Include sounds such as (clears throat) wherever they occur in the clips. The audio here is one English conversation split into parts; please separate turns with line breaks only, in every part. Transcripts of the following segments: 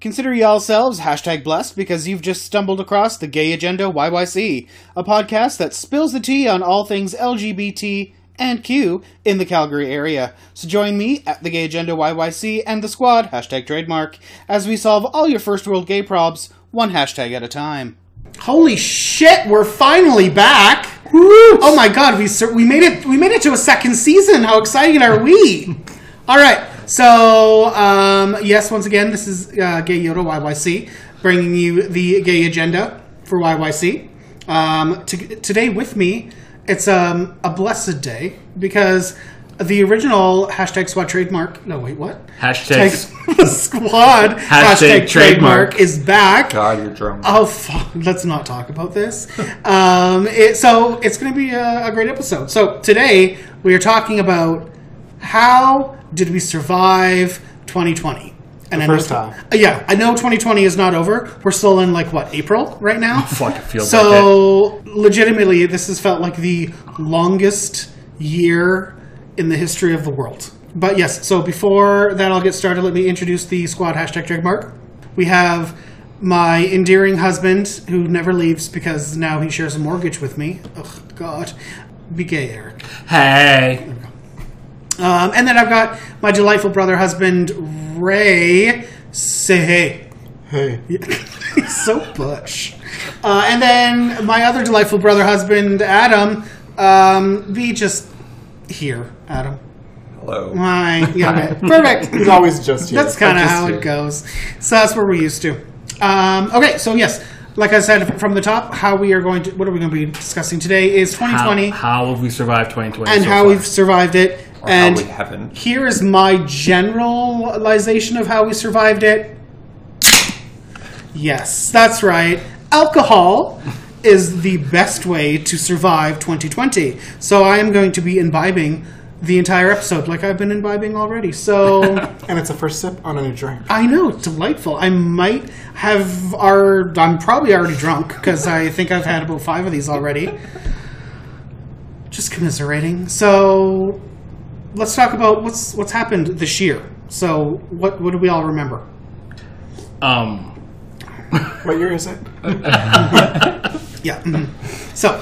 Consider yourselves hashtag blessed because you've just stumbled across the Gay Agenda YYC, a podcast that spills the tea on all things LGBT and Q in the Calgary area. So join me at the Gay Agenda YYC and the squad, hashtag trademark, as we solve all your first world gay probs, one hashtag at a time. Holy shit, we're finally back! Oh my god, we sur- we made it we made it to a second season. How excited are
(laughs)
we? All right, so um, yes, once again, this is uh, Gay Yoda YYC bringing you the gay agenda for YYC. Um, to- today with me, it's um, a blessed day because the original hashtag squad trademark. No, wait, what?
Hashtag-
(laughs) squad hashtag, trademark,
trademark.
is back.
God, you're drunk.
(laughs) Oh, fuck. let's not talk about this. um, it, so it's going to be a, a great episode. So today we are talking about how did we survive 2020? And I know-
first time.
Uh, yeah, I know 2020 is not over. We're still in like what April right now.
fuck, it feels
so. legitimately, this has felt like the longest year in the history of the world. But yes, so before that, I'll get started. Let me introduce the squad hashtag trademark. We have my endearing husband who never leaves because now he shares a mortgage with me. Ugh, God, be gay, Eric.
Hey.
Um, and then I've got my delightful brother husband, Ray. Say hey.
Hey,
(laughs) He's so butch. Uh, and then my other delightful brother husband, Adam. Um, be just here, Adam.
hello. (laughs)
Hi. Yeah, okay. Perfect.
He's always just here.
That's kind of
Just
how
here.
it goes. So that's where we're used to. Um, okay, so yes, like I said from the top, how we are going to, what are we going to be discussing today is
How,
2020
how have we survived 2020?
and
so
how
far?
we've survived it.
Or
and
how we haven't.
here is my generalization of how we survived it. Yes, that's right. Alcohol is the best way to survive 2020. So I am going to be imbibing the entire episode like I've been imbibing already. So
(laughs) And it's a first sip on a new drink.
I know, it's delightful. I might have our. I'm probably already drunk because I think I've had about five of these already. Just commiserating. So, let's talk about what's what's happened this year. So, what what do we all remember?
Um,
What year is it?
Yeah. mhm. So,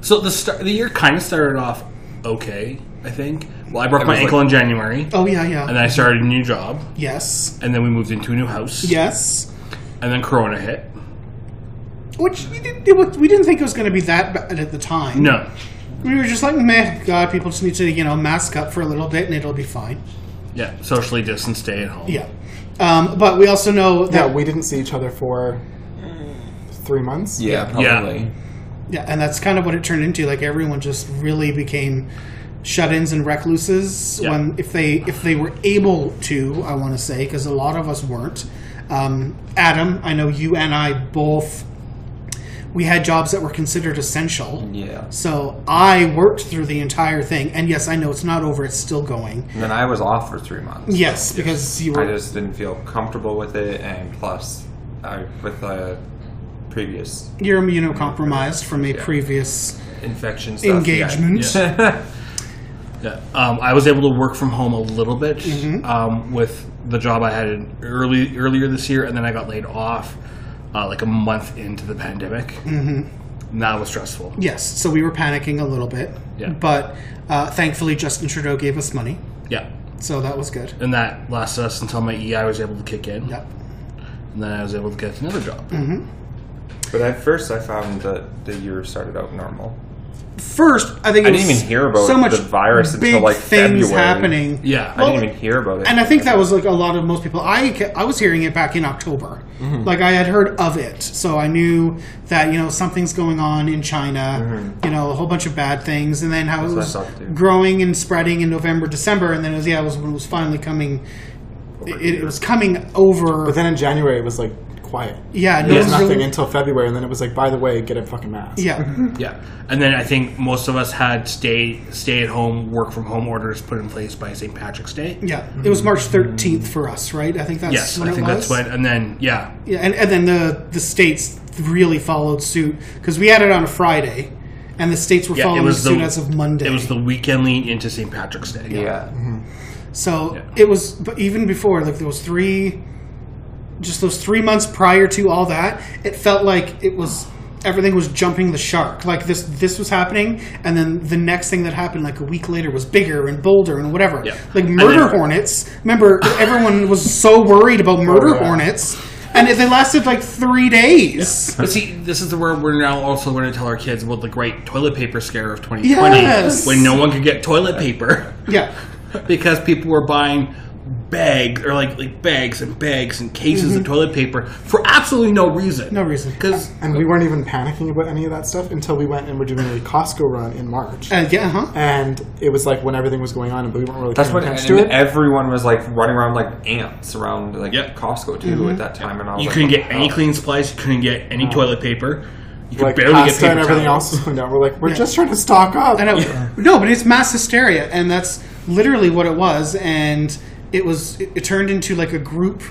so the start, the year kind of started off okay, I think. Well, I broke my
was
ankle
like-
in January,
oh yeah, yeah.
and then I started a new job,
yes,
and then we moved into a new house,
yes.
and then Corona hit.
Which we didn't, it was- we didn't think it was going to be that bad at the time.
No,
We were just like, meh. God, people just need to you know mask up for a little bit and it'll be fine.
yeah, socially distanced, stay at home.
Yeah. Um, but we also know that
Yeah, we didn't see each other for three months.
Yeah, probably.
Yeah, and that's kind of what it turned into. Like everyone just really became shut-ins and recluses
Yeah.
when if they if they were able to, I want to say, because a lot of us weren't. Um, Adam, I know you and I both we had jobs that were considered essential.
Yeah.
So I worked through the entire thing, and yes, I know it's not over; it's still going.
And then I was off for three months.
Yes, because you
I
were
just didn't feel comfortable with it, and plus, I with the previous
you're immunocompromised from a previous
infection stuff.
engagement.
Yeah.
Yeah. Um, I was able to work from home a little bit
Mm-hmm.
um, with the job I had in early earlier this year, and then I got laid off uh, like a month into the pandemic. Mm-hmm. And that was stressful.
Yes, so we were panicking a little bit,
Yeah.
but uh, thankfully Justin Trudeau gave us money,
Yeah.
so that was good.
and that lasted us until my EI was able to kick in,
Yep.
and then I was able to get another job.
Mm-hmm.
but at first, I found that the year started out normal.
First, I think it
I didn't
was
even hear about
so much
the virus until,
big
like,
things
February.
happening.
Yeah,
I
Well,
didn't even hear about it.
and I think that was like a lot of most people. I ca- I was hearing it back in October.
Mm-hmm.
Like I had heard of it, so I knew that you know something's going on in China. You know a whole bunch of bad things, and then how it
Mm-hmm. That's
was
what I thought, too.
growing and spreading in November, December, and then it was yeah, it was when it was finally coming. It, it was coming over.
But then in January, it was like quiet.
yeah, no
There
one
was
really-
nothing until February, and then it was like, by the way, get a fucking mask.
yeah, Mm-hmm.
yeah, and then I think most of us had stay stay at home, work from home orders put in place by St. Patrick's Day.
yeah. It was March thirteenth for us, right? I think that's
Yes,
when
I
it
think
was.
that's when, and then yeah,
Yeah, and, and then the the states really followed suit because we had it on a Friday, and the states were
Yeah, it
following
was
suit
the-
as of Monday.
it was the weekend leading into St. Patrick's Day.
yeah. Mm-hmm.
so
Yeah.
it was, but even before, like there was three just those three months prior to all that, it felt like it was everything was jumping the shark. Like this this was happening, and then the next thing that happened, like a week later, was bigger and bolder and whatever.
Yeah.
Like
And
murder
then-
hornets. Remember, everyone was so worried about
Oh,
murder hornets, and it- they lasted like three days.
But see, this is the where we're now also going to tell our kids about the great toilet paper scare of 2020,
Yes.
when no one could get toilet
(laughs)
paper
Yeah.
because people were buying bags or like like bags and bags and cases of toilet paper for absolutely no reason.
Mm-hmm. No reason.
Because
And we weren't even panicking about any of that stuff until we went and were doing a Costco run in March.
Uh, yeah. Huh.
and it was like when everything was going on, but we weren't really
That's
paying
when
attention
and
to it.
everyone was like running around like ants around like
Yep.
Costco too
Mm-hmm.
at that time, and I was
you
like, oh,
couldn't
what
get
the
any
hell?
cleaning supplies, you couldn't get
Oh.
any toilet paper, you could
like
barely get
pasta
paper
and everything
towels.
else is going down. We're like, we're just trying to stock up.
I know. No, but it's mass hysteria, and that's literally what it was. And it was it, it turned into like a group,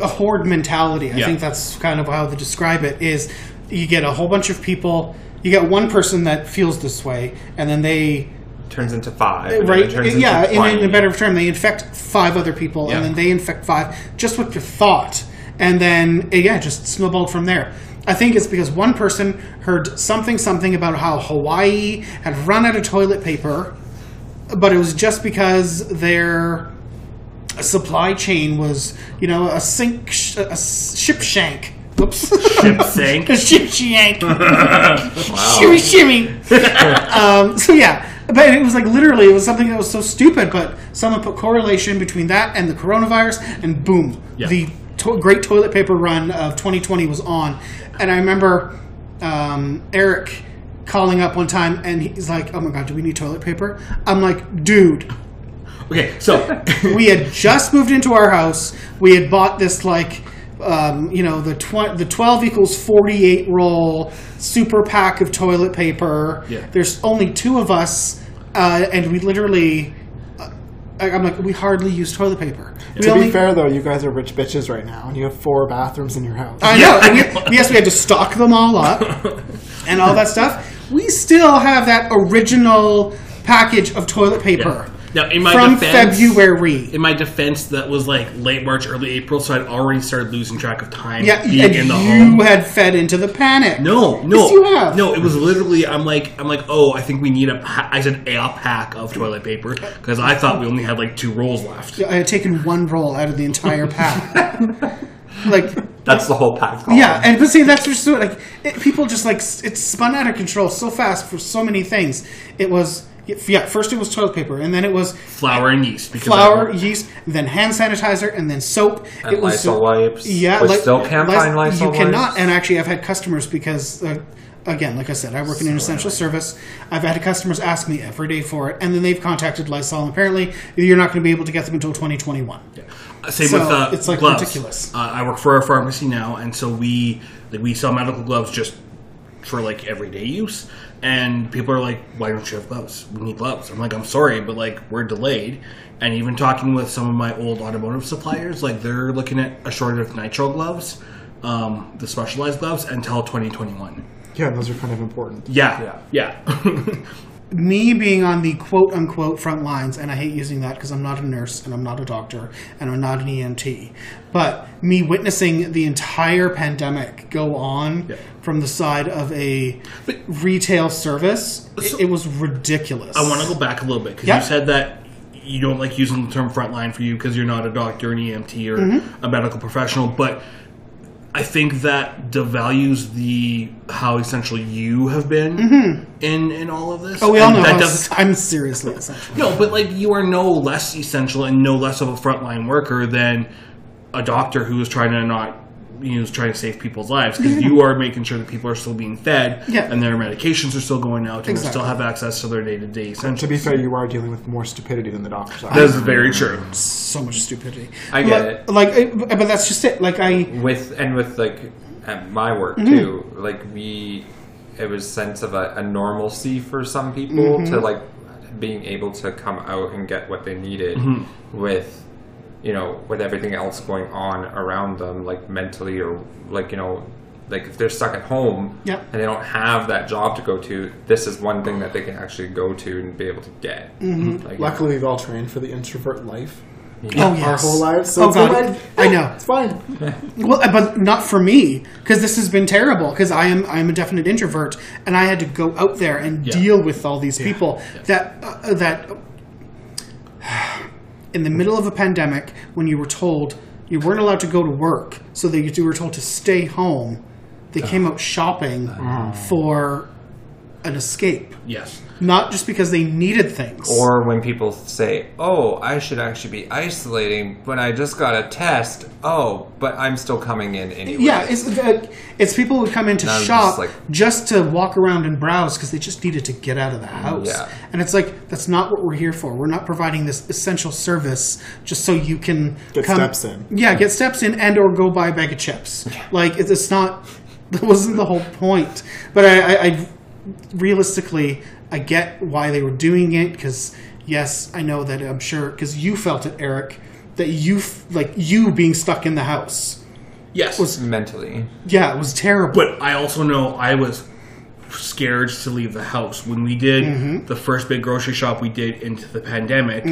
a horde mentality. I
Yeah.
think that's kind of how they describe it. Is you get a whole bunch of people, you get one person that feels this way, and then they
turns into five, and then
right
it turns
yeah
into
in, in a
20.
better term they infect five other people
Yeah.
and then they infect five just with your thought and then eh, yeah it just snowballed from there i think it's because one person heard something something about how hawaii had run out of toilet paper but it was just because their supply chain was you know a sink sh- a s- ship shank whoops
Ship
(laughs)
(laughs) sank.
a ship shank shimmy shimmy um, so yeah but it was like literally it was something that was so stupid but someone put correlation between that and the coronavirus and boom
Yeah.
the to- great toilet paper run of 2020 was on and i remember um, eric calling up one time and he's like oh my god do we need toilet paper i'm like dude
Okay, so (laughs)
we had just moved into our house. We had bought this like, um, you know, the tw- the twelve equals forty eight roll super pack of toilet paper.
Yeah.
There's only two of us, uh, and we literally, uh, I- I'm like, we hardly use toilet paper. We
to
only-
be fair, though, you guys are rich bitches right now, and you have four bathrooms in your house.
I
(laughs)
know. and we, yes, we had to stock them all up and all that stuff. We still have that original package of toilet paper
now in my
from
defense,
February.
in my defense, that was like late March, early April, so I'd already started losing track of time.
Yeah,
being
and
in the
you
home.
had fed into the panic.
no, no,
Yes, you have.
no. It was literally. I'm like, I'm like, oh, I think we need a. pa- I said a pack of toilet paper because I thought we only had like two rolls left.
I had taken one roll out of the
(laughs)
entire pack. like,
That's the whole pack.
yeah, and but see, that's just so, like it, people just like s- it spun out of control so fast for so many things. It was yeah, first it was toilet paper, and then it was
Flour and yeast. Because
flour,
I-
yeast, then hand sanitizer, and then soap.
and
it was
Lysol wipes.
Yeah,
but
like-
still can't
Lys-
find Lysol
You
wipes.
cannot. And actually, I've had customers because, uh, again, like I said, I work in an essential service. I've had customers ask me every day for it, and then they've contacted Lysol. And apparently, you're not going to be able to get them until 2021.
Same
So,
with uh,
it's, like,
gloves.
ridiculous.
Uh, I work for a pharmacy now, and so we like we sell medical gloves just for like everyday use. And people are like, "Why don't you have gloves? We need gloves." I'm like, "I'm sorry, but like we're delayed." And even talking with some of my old automotive suppliers, like they're looking at a shortage of nitrile gloves, um, the specialized gloves, until 2021.
yeah, those are kind of important.
Yeah, yeah. (laughs)
Me being on the quote unquote front lines, and I hate using that because I'm not a nurse and I'm not a doctor and I'm not an EMT, but me witnessing the entire pandemic go on
Yeah.
from the side of a
But-
retail service, it-
So-
it, was ridiculous.
I want to go back a little bit because
Yeah.
you said that you don't like using the term frontline for you because you're not a doctor, an EMT, or
Mm-hmm.
a medical professional. But I think that devalues the how essential you have been in in all of this.
But Mm-hmm. Oh, we all
And
know
that
how
doesn't-
I'm seriously essential.
no, but like you are no less essential and no less of a frontline worker than a doctor who is trying to not you know, is trying to save people's lives because you are making sure that people are still being fed
Mm-hmm. Yeah.
and their medications are still going out and they still
Exactly.
have access to their day to day essentials.
To be fair, you are dealing with more stupidity than the doctors. are.
That is very true.
So much stupidity.
I get it.
like, it. Like, but that's just it. Like, I
with and with like at my work too like we it was sense of a, a normalcy for some people to like being able to come out and get what they needed with you know with everything else going on around them like mentally or like you know like if they're stuck at home
Yep.
and they don't have that job to go to this is one thing that they can actually go to and be able to get Like,
Luckily, we've all trained for the introvert life.
Oh,
our
yes.
whole lives. So
Oh,
it's
God.
fine.
I know.
It's fine.
Well, eh, but not for me because this has been terrible. Because I am I am a definite introvert, and I had to go out there and
Yeah.
deal with all these people that uh, that (sighs) in the middle of a pandemic when you were told you weren't allowed to go to work, so that you were told to stay home. They came out shopping
Uh-huh.
for an escape,
Yes.
not just because they needed things.
Or when people say, "Oh, I should actually be isolating," but I just got a test. Oh, but I'm still coming in anyway.
yeah, it's uh, it's people who come into
And I'm just
shop
like-
just to walk around and browse because they just needed to get out of the house.
Yeah.
And it's like that's not what we're here for. We're not providing this essential service just so you can
Get
come,
steps in.
Yeah, get steps in and or go buy a bag of chips. Like it's, it's not (laughs) that wasn't the whole point. But I, I, I realistically, I get why they were doing it because yes, I know that I'm sure because you felt it, Eric, that you f- like you being stuck in the house.
Yes.
mentally.
Yeah, it was terrible.
But I also know I was scared to leave the house when we did the first big grocery shop we did into the pandemic.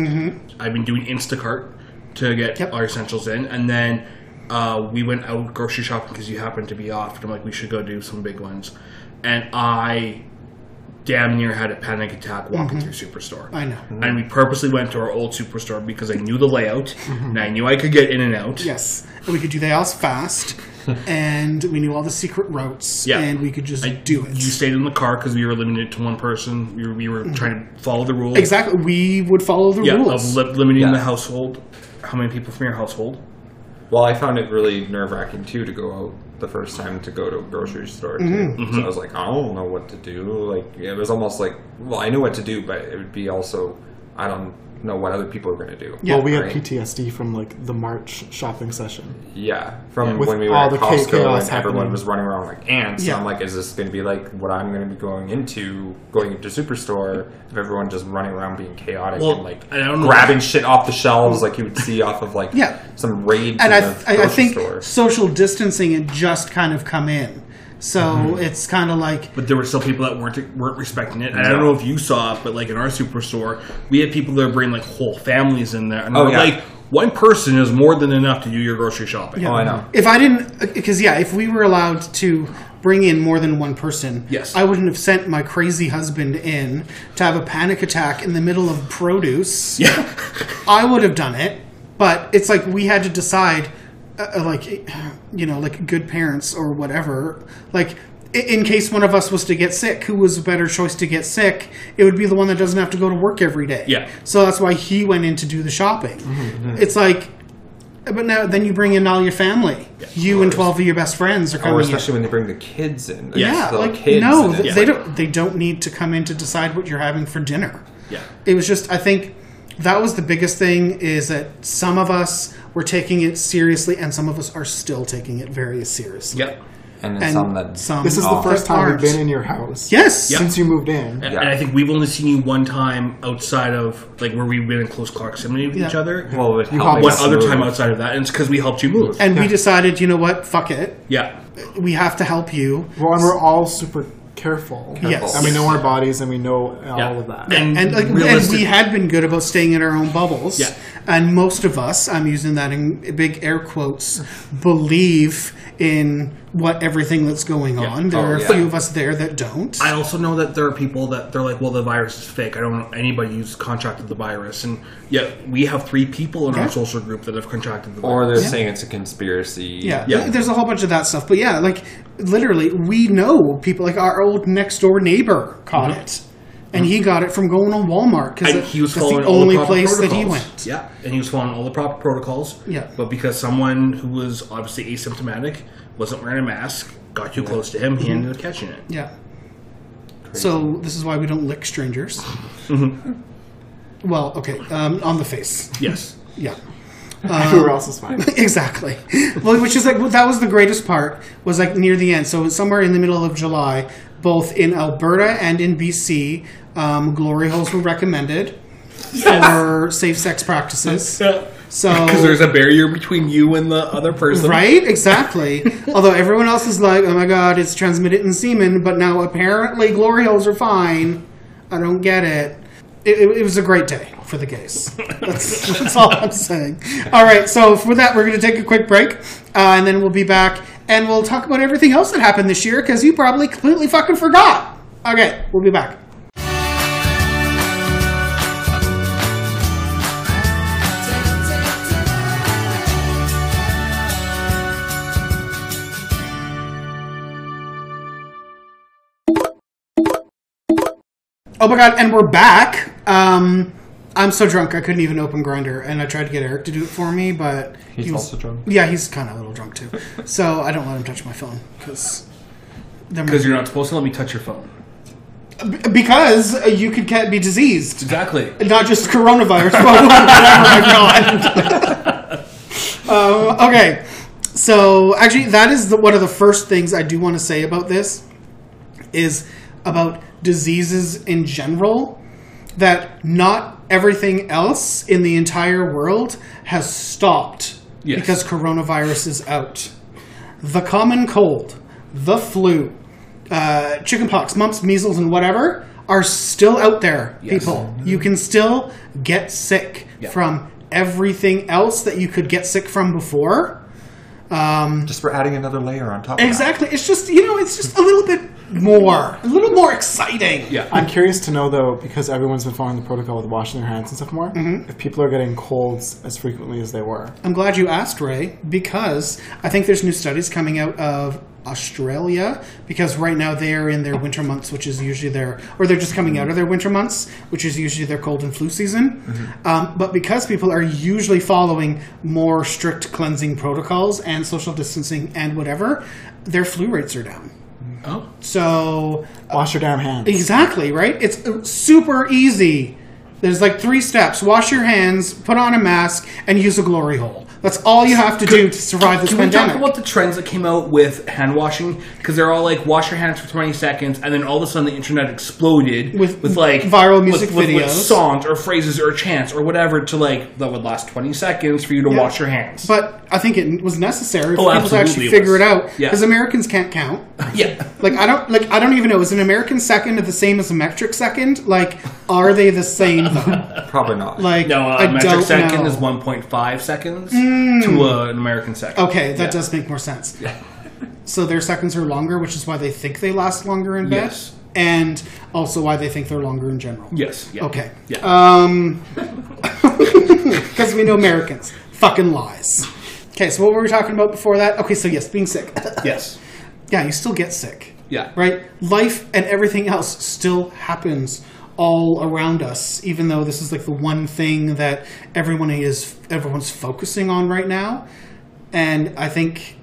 I've been doing Instacart to get
Yep.
our essentials in, and then uh, we went out grocery shopping because you happened to be off, and I'm like, we should go do some big ones, and I damn near had a panic attack walking through Superstore.
I know.
And we purposely went to our old Superstore because I knew the layout and I knew I could get in and out.
Yes, and we could do the house
(laughs)
fast, and we knew all the secret routes,
Yeah.
and we could just do it. Mm-hmm.
You stayed in the car because we were limited to one person. We were, we were trying to follow the rules.
exactly, we would follow the
Yeah,
rules.
of li- limiting
Yeah.
the household. How many people from your household?
Well, I found it really nerve wracking too to go out the first time to go to a grocery store. Too. So I was like, I don't know what to do. Like it was almost like, well, I knew what to do, but it would be also, I don't know what other people are going to do.
Yeah.
Well, we had
Right.
PTSD from like the March shopping session.
Yeah, from
With
when we were
all
at
the
Costco
chaos
and everyone
happening.
was running around like ants.
Yeah.
I'm like, is this going to be like what I'm going to be going into going into Superstore of everyone just running around being chaotic
Well,
and like
I don't know.
grabbing shit off the shelves like you would see off of like
Yeah.
some raids
and
in
I,
a
th- I, I
grocery
think
store.
social distancing had just kind of come in, so
Mm-hmm.
it's kind of like
But there were still people that weren't weren't respecting it. And I don't know if you saw it, but like in our superstore, we had people that were bringing like whole families in there. And
Oh,
we're
yeah.
like one person is more than enough to do your grocery shopping.
Oh, I know.
if I didn't, because yeah, if we were allowed to bring in more than one person,
Yes.
I wouldn't have sent my crazy husband in to have a panic attack in the middle of produce.
(laughs) Yeah.
I would have done it, but it's like we had to decide, uh, uh, like, (sighs) you know, like good parents or whatever. Like, i- in case one of us was to get sick, who was a better choice to get sick? It would be the one that doesn't have to go to work every day.
Yeah.
So that's why he went in to do the shopping.
Mm-hmm,
It's like, but now then you bring in all your family. you and twelve of your best friends are coming.
Or
in.
especially when they bring the kids in.
Yeah,
yeah,
the
like
kids
no,
in it.
th- they don't. They don't need to come in to decide what you're having for dinner
yeah.
it was just i think that was the biggest thing is that some of us were taking it seriously and some of us are still taking it very seriously
Yep.
And, then
and
some that
some-
This is
Oh.
the first time
March.
we've been in your house.
yes
Since you moved in.
And,
Yeah.
and I think we've only seen you one time outside of like where we've been in close proximity with
Yeah.
each other.
well, it would help
have
I
one
guess,
other
move.
time outside of that, and it's because we helped you move.
and we decided you know what fuck it
yeah,
we have to help you
Well, and we're all super careful.
Yes.
And we know our bodies and we know
Yeah.
all of that.
And,
and, like, and
realistic-
we had been good about staying in our own bubbles
Yeah.
and most of us i'm using that in big air quotes believe in what everything that's going on there
Oh,
are a
yeah.
few of us there that don't
I also know that there are people that they're like, well, the virus is fake. I don't know anybody who's contracted the virus, and yet we have three people in
Yeah.
our social group that have contracted the
Or
virus.
they're saying it's a conspiracy.
Yeah,
Yeah.
th- there's a whole bunch of that stuff. But yeah, like literally, we know people. Like our old next door neighbor caught it, and he got it from going on Walmart
Mm-hmm. And
because
he was
that's
following
the
all
only
the proper
place that
protocols.
he went.
Yeah, and he was following all the proper protocols.
Yeah.
but because someone who was obviously asymptomatic wasn't wearing a mask got too close to him,
Mm-hmm.
he ended up catching
(laughs)
it.
Yeah. So this is why we don't lick strangers.
Mm-hmm.
Well, okay, um, on the face.
Yes,
Yeah.
Everywhere else
(laughs)
is fine. (laughs)
exactly. Well, which is like that was the greatest part was like near the end. So somewhere in the middle of July, both in Alberta and in BC, um, glory holes were recommended for safe sex practices. So
because there's a barrier between you and the other person.
(laughs) Right, exactly. Although everyone else is like, "Oh my god, it's transmitted in semen," but now apparently glory holes are fine. I don't get it. It, it, it was a great day for the gays. That's, (laughs) that's all I'm saying. All right, so for that, we're going to take a quick break, uh, and then we'll be back, and we'll talk about everything else that happened this year because you probably completely fucking forgot. Okay, we'll be back. Oh my god, and we're back. Um, I'm so drunk I couldn't even open Grinder, and I tried to get Eric to do it for me, but
He's also drunk.
Yeah, he's kind of a little drunk
(laughs)
too, so I don't let him touch my phone because
Because you're not supposed to let me touch your phone.
because you could get- be diseased, (laughs)
Exactly.
not just coronavirus, but whatever I've
(laughs)
gone. (laughs) um, okay, so actually, that is the, one of the first things I do want to say about this is about diseases in general. That not everything else in the entire world has stopped
Yes.
because coronavirus is out. the common cold, the flu, uh, chickenpox, mumps, measles, and whatever are still out there,
Yes. Mm-hmm.
people. You can still get sick from everything else that you could get sick from before.
Just we're adding another layer on top. of that.
Exactly. It's just, you know, it's just a little bit more, a little more exciting.
Yeah.
I- I'm Right.
I, am
curious
curious to know though, because everyone's been following the protocol with washing their hands and stuff more,
Mm-hmm.
if people are getting colds as frequently as they were.
I'm glad you asked, Ray, because I think there's new studies coming out of Australia because right now they're in their winter months, which is usually their, or they're just coming out of their winter months, which is usually their cold and flu season. Um, but because people are usually following more strict cleansing protocols and social distancing and whatever, their flu rates are down.
Oh.
So
Wash your damn hands.
Exactly, right? It's uh, super easy. There's like three steps wash your hands, put on a mask, and use a glory hole. That's all you have to do to survive this
Can we talk
pandemic.
about the trends that came out with hand washing? Because they're all like, wash your hands for 20 seconds, and then all of a sudden the internet exploded
With
like
viral music
with, with,
videos.
with songs or phrases or chants or whatever to like that would last 20 seconds for you to wash your hands.
but I think it was necessary for people
Oh,
to
absolutely
actually
it
figure
was.
it out
Yeah.
because Americans can't count. (laughs)
yeah,
Like I don't like I don't even know is an American second the same as a metric second? Like are they the same?
(laughs)
though?
Probably not.
Like
no, uh,
I
metric
don't
second
know. Hmm.
is 1.5 seconds to uh, an American second.
Okay, that
Yeah.
does make more sense. (laughs) so their seconds are longer, which is why they think they last longer in bed,
Yes.
and also why they think they're longer in general.
Yes. Yeah.
Okay.
Yeah.
Um, because we know Americans fucking lies. Okay, so what were we talking about before that? Okay, so yes, being sick. (laughs)
yes.
yeah, you still get sick.
Yeah.
Right? Life and everything else still happens all around us, even though this is like the one thing that everyone is everyone's focusing on right now. And I think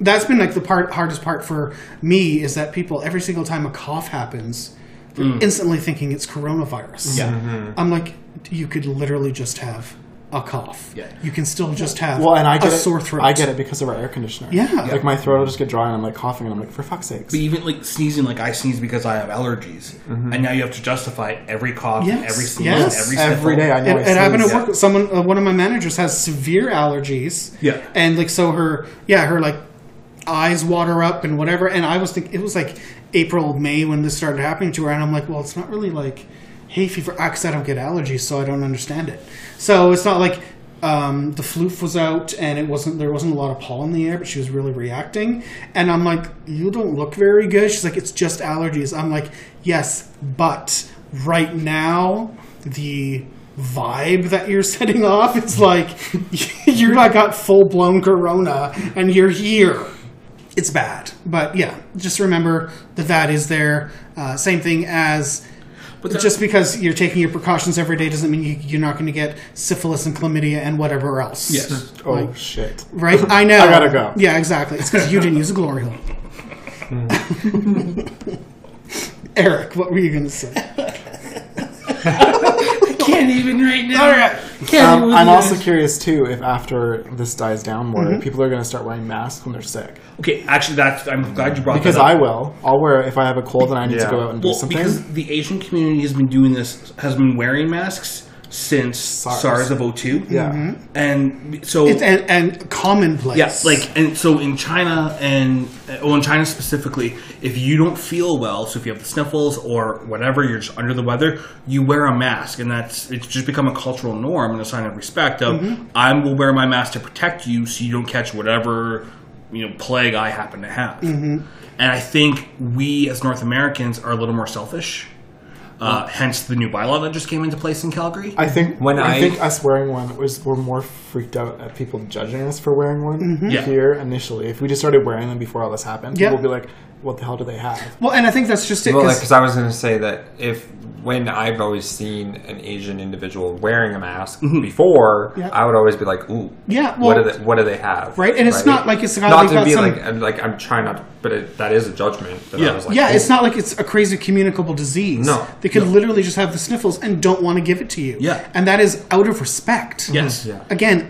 that's been like the part hardest part for me is that people every single time a cough happens, they're instantly thinking it's coronavirus.
Mm. Yeah.
Mm-hmm.
I'm like, you could literally just have a cough.
Yeah.
You can still just have
Well, and I get
a
it.
sore throat.
I get it because of our air conditioner.
Yeah.
Like my throat will just get dry and I'm like coughing and I'm like, for fuck's sakes.
But even like sneezing, like I sneeze because I have allergies, and now you have to justify every cough, and
Mm-hmm. Yes,
every sneeze,
yes.
every sniffle.
Every day I know
It,
I
it happened
sneeze.
at work. with Someone, uh, one of my managers, has severe allergies.
Yeah.
and like so her, yeah, her like eyes water up and whatever. And I was thinking it was like April, May when this started happening to her, and I'm like, well, it's not really like hay fever because I don't get allergies, so I don't understand it. So it's not like um, the floof was out and it wasn't there wasn't a lot of pollen in the air, but she was really reacting. And I'm like, you don't look very good. She's like, it's just allergies. I'm like, yes, but right now the vibe that you're (laughs) setting off it's like (laughs) you're like got full blown corona and you're here it's bad but yeah just remember that that is there uh, same thing as
But that-
just because you're taking your precautions every day doesn't mean you, you're not going to get syphilis and chlamydia and whatever else
Yes.
(laughs) Oh shit. (laughs)
right i know
I gotta go.
yeah exactly it's because you didn't use a glory
(laughs)
hole eric what were you going to say
Can't even right now.
all right
Can't
Um,
even
I'm
right
also
now.
curious too if after this dies down more,
Mm-hmm.
people are going to start wearing masks when they're sick.
Okay, actually, that's I'm glad you brought
Because
that up.
I will. I'll wear it if I have a cold and I need
Yeah.
to go out and do
well
something.
because the Asian community has been doing this has been wearing masks since SARS, of 02.
Yeah.
Mm-hmm.
And so
It's and, and commonplace.
yeah, like and so in China and oh, in China specifically, if you don't feel well, so if you have the sniffles or whatever, you're just under the weather, you wear a mask, and that's it's just become a cultural norm and a sign of respect. Of
Mm-hmm.
I will wear my mask to protect you, so you don't catch whatever you know plague I happen to have.
Mm-hmm.
And I think we as North Americans are a little more selfish. Uh, hence the new bylaw that just came into place in Calgary.
I think
When
I,
I-
think us wearing one was we're more freaked out at people judging us for wearing one
Yeah.
here initially. If we just started wearing them before all this happened,
Mm-hmm. Yeah.
people would be like, "What the hell do they have?"
well, and I think that's just it.
Well,
'cause-
because I was going to say that if when I've always seen an Asian individual wearing a mask before,
Mm-hmm. Yeah.
I would always be like, "Ooh,
Yeah,
what
well-
do they, what do they have?"
Right, and it's not like it's not
not
they've
to
got
be
some-
like I'm, like I'm trying not, but it, that is a judgment. That
Yeah.
I was like,
yeah,
"Ooh."
it's not like it's a crazy communicable disease.
No.
They could literally just have the sniffles and don't want to give it to you.
Yeah.
And that is out of respect.
Yes.
Yeah.
Again,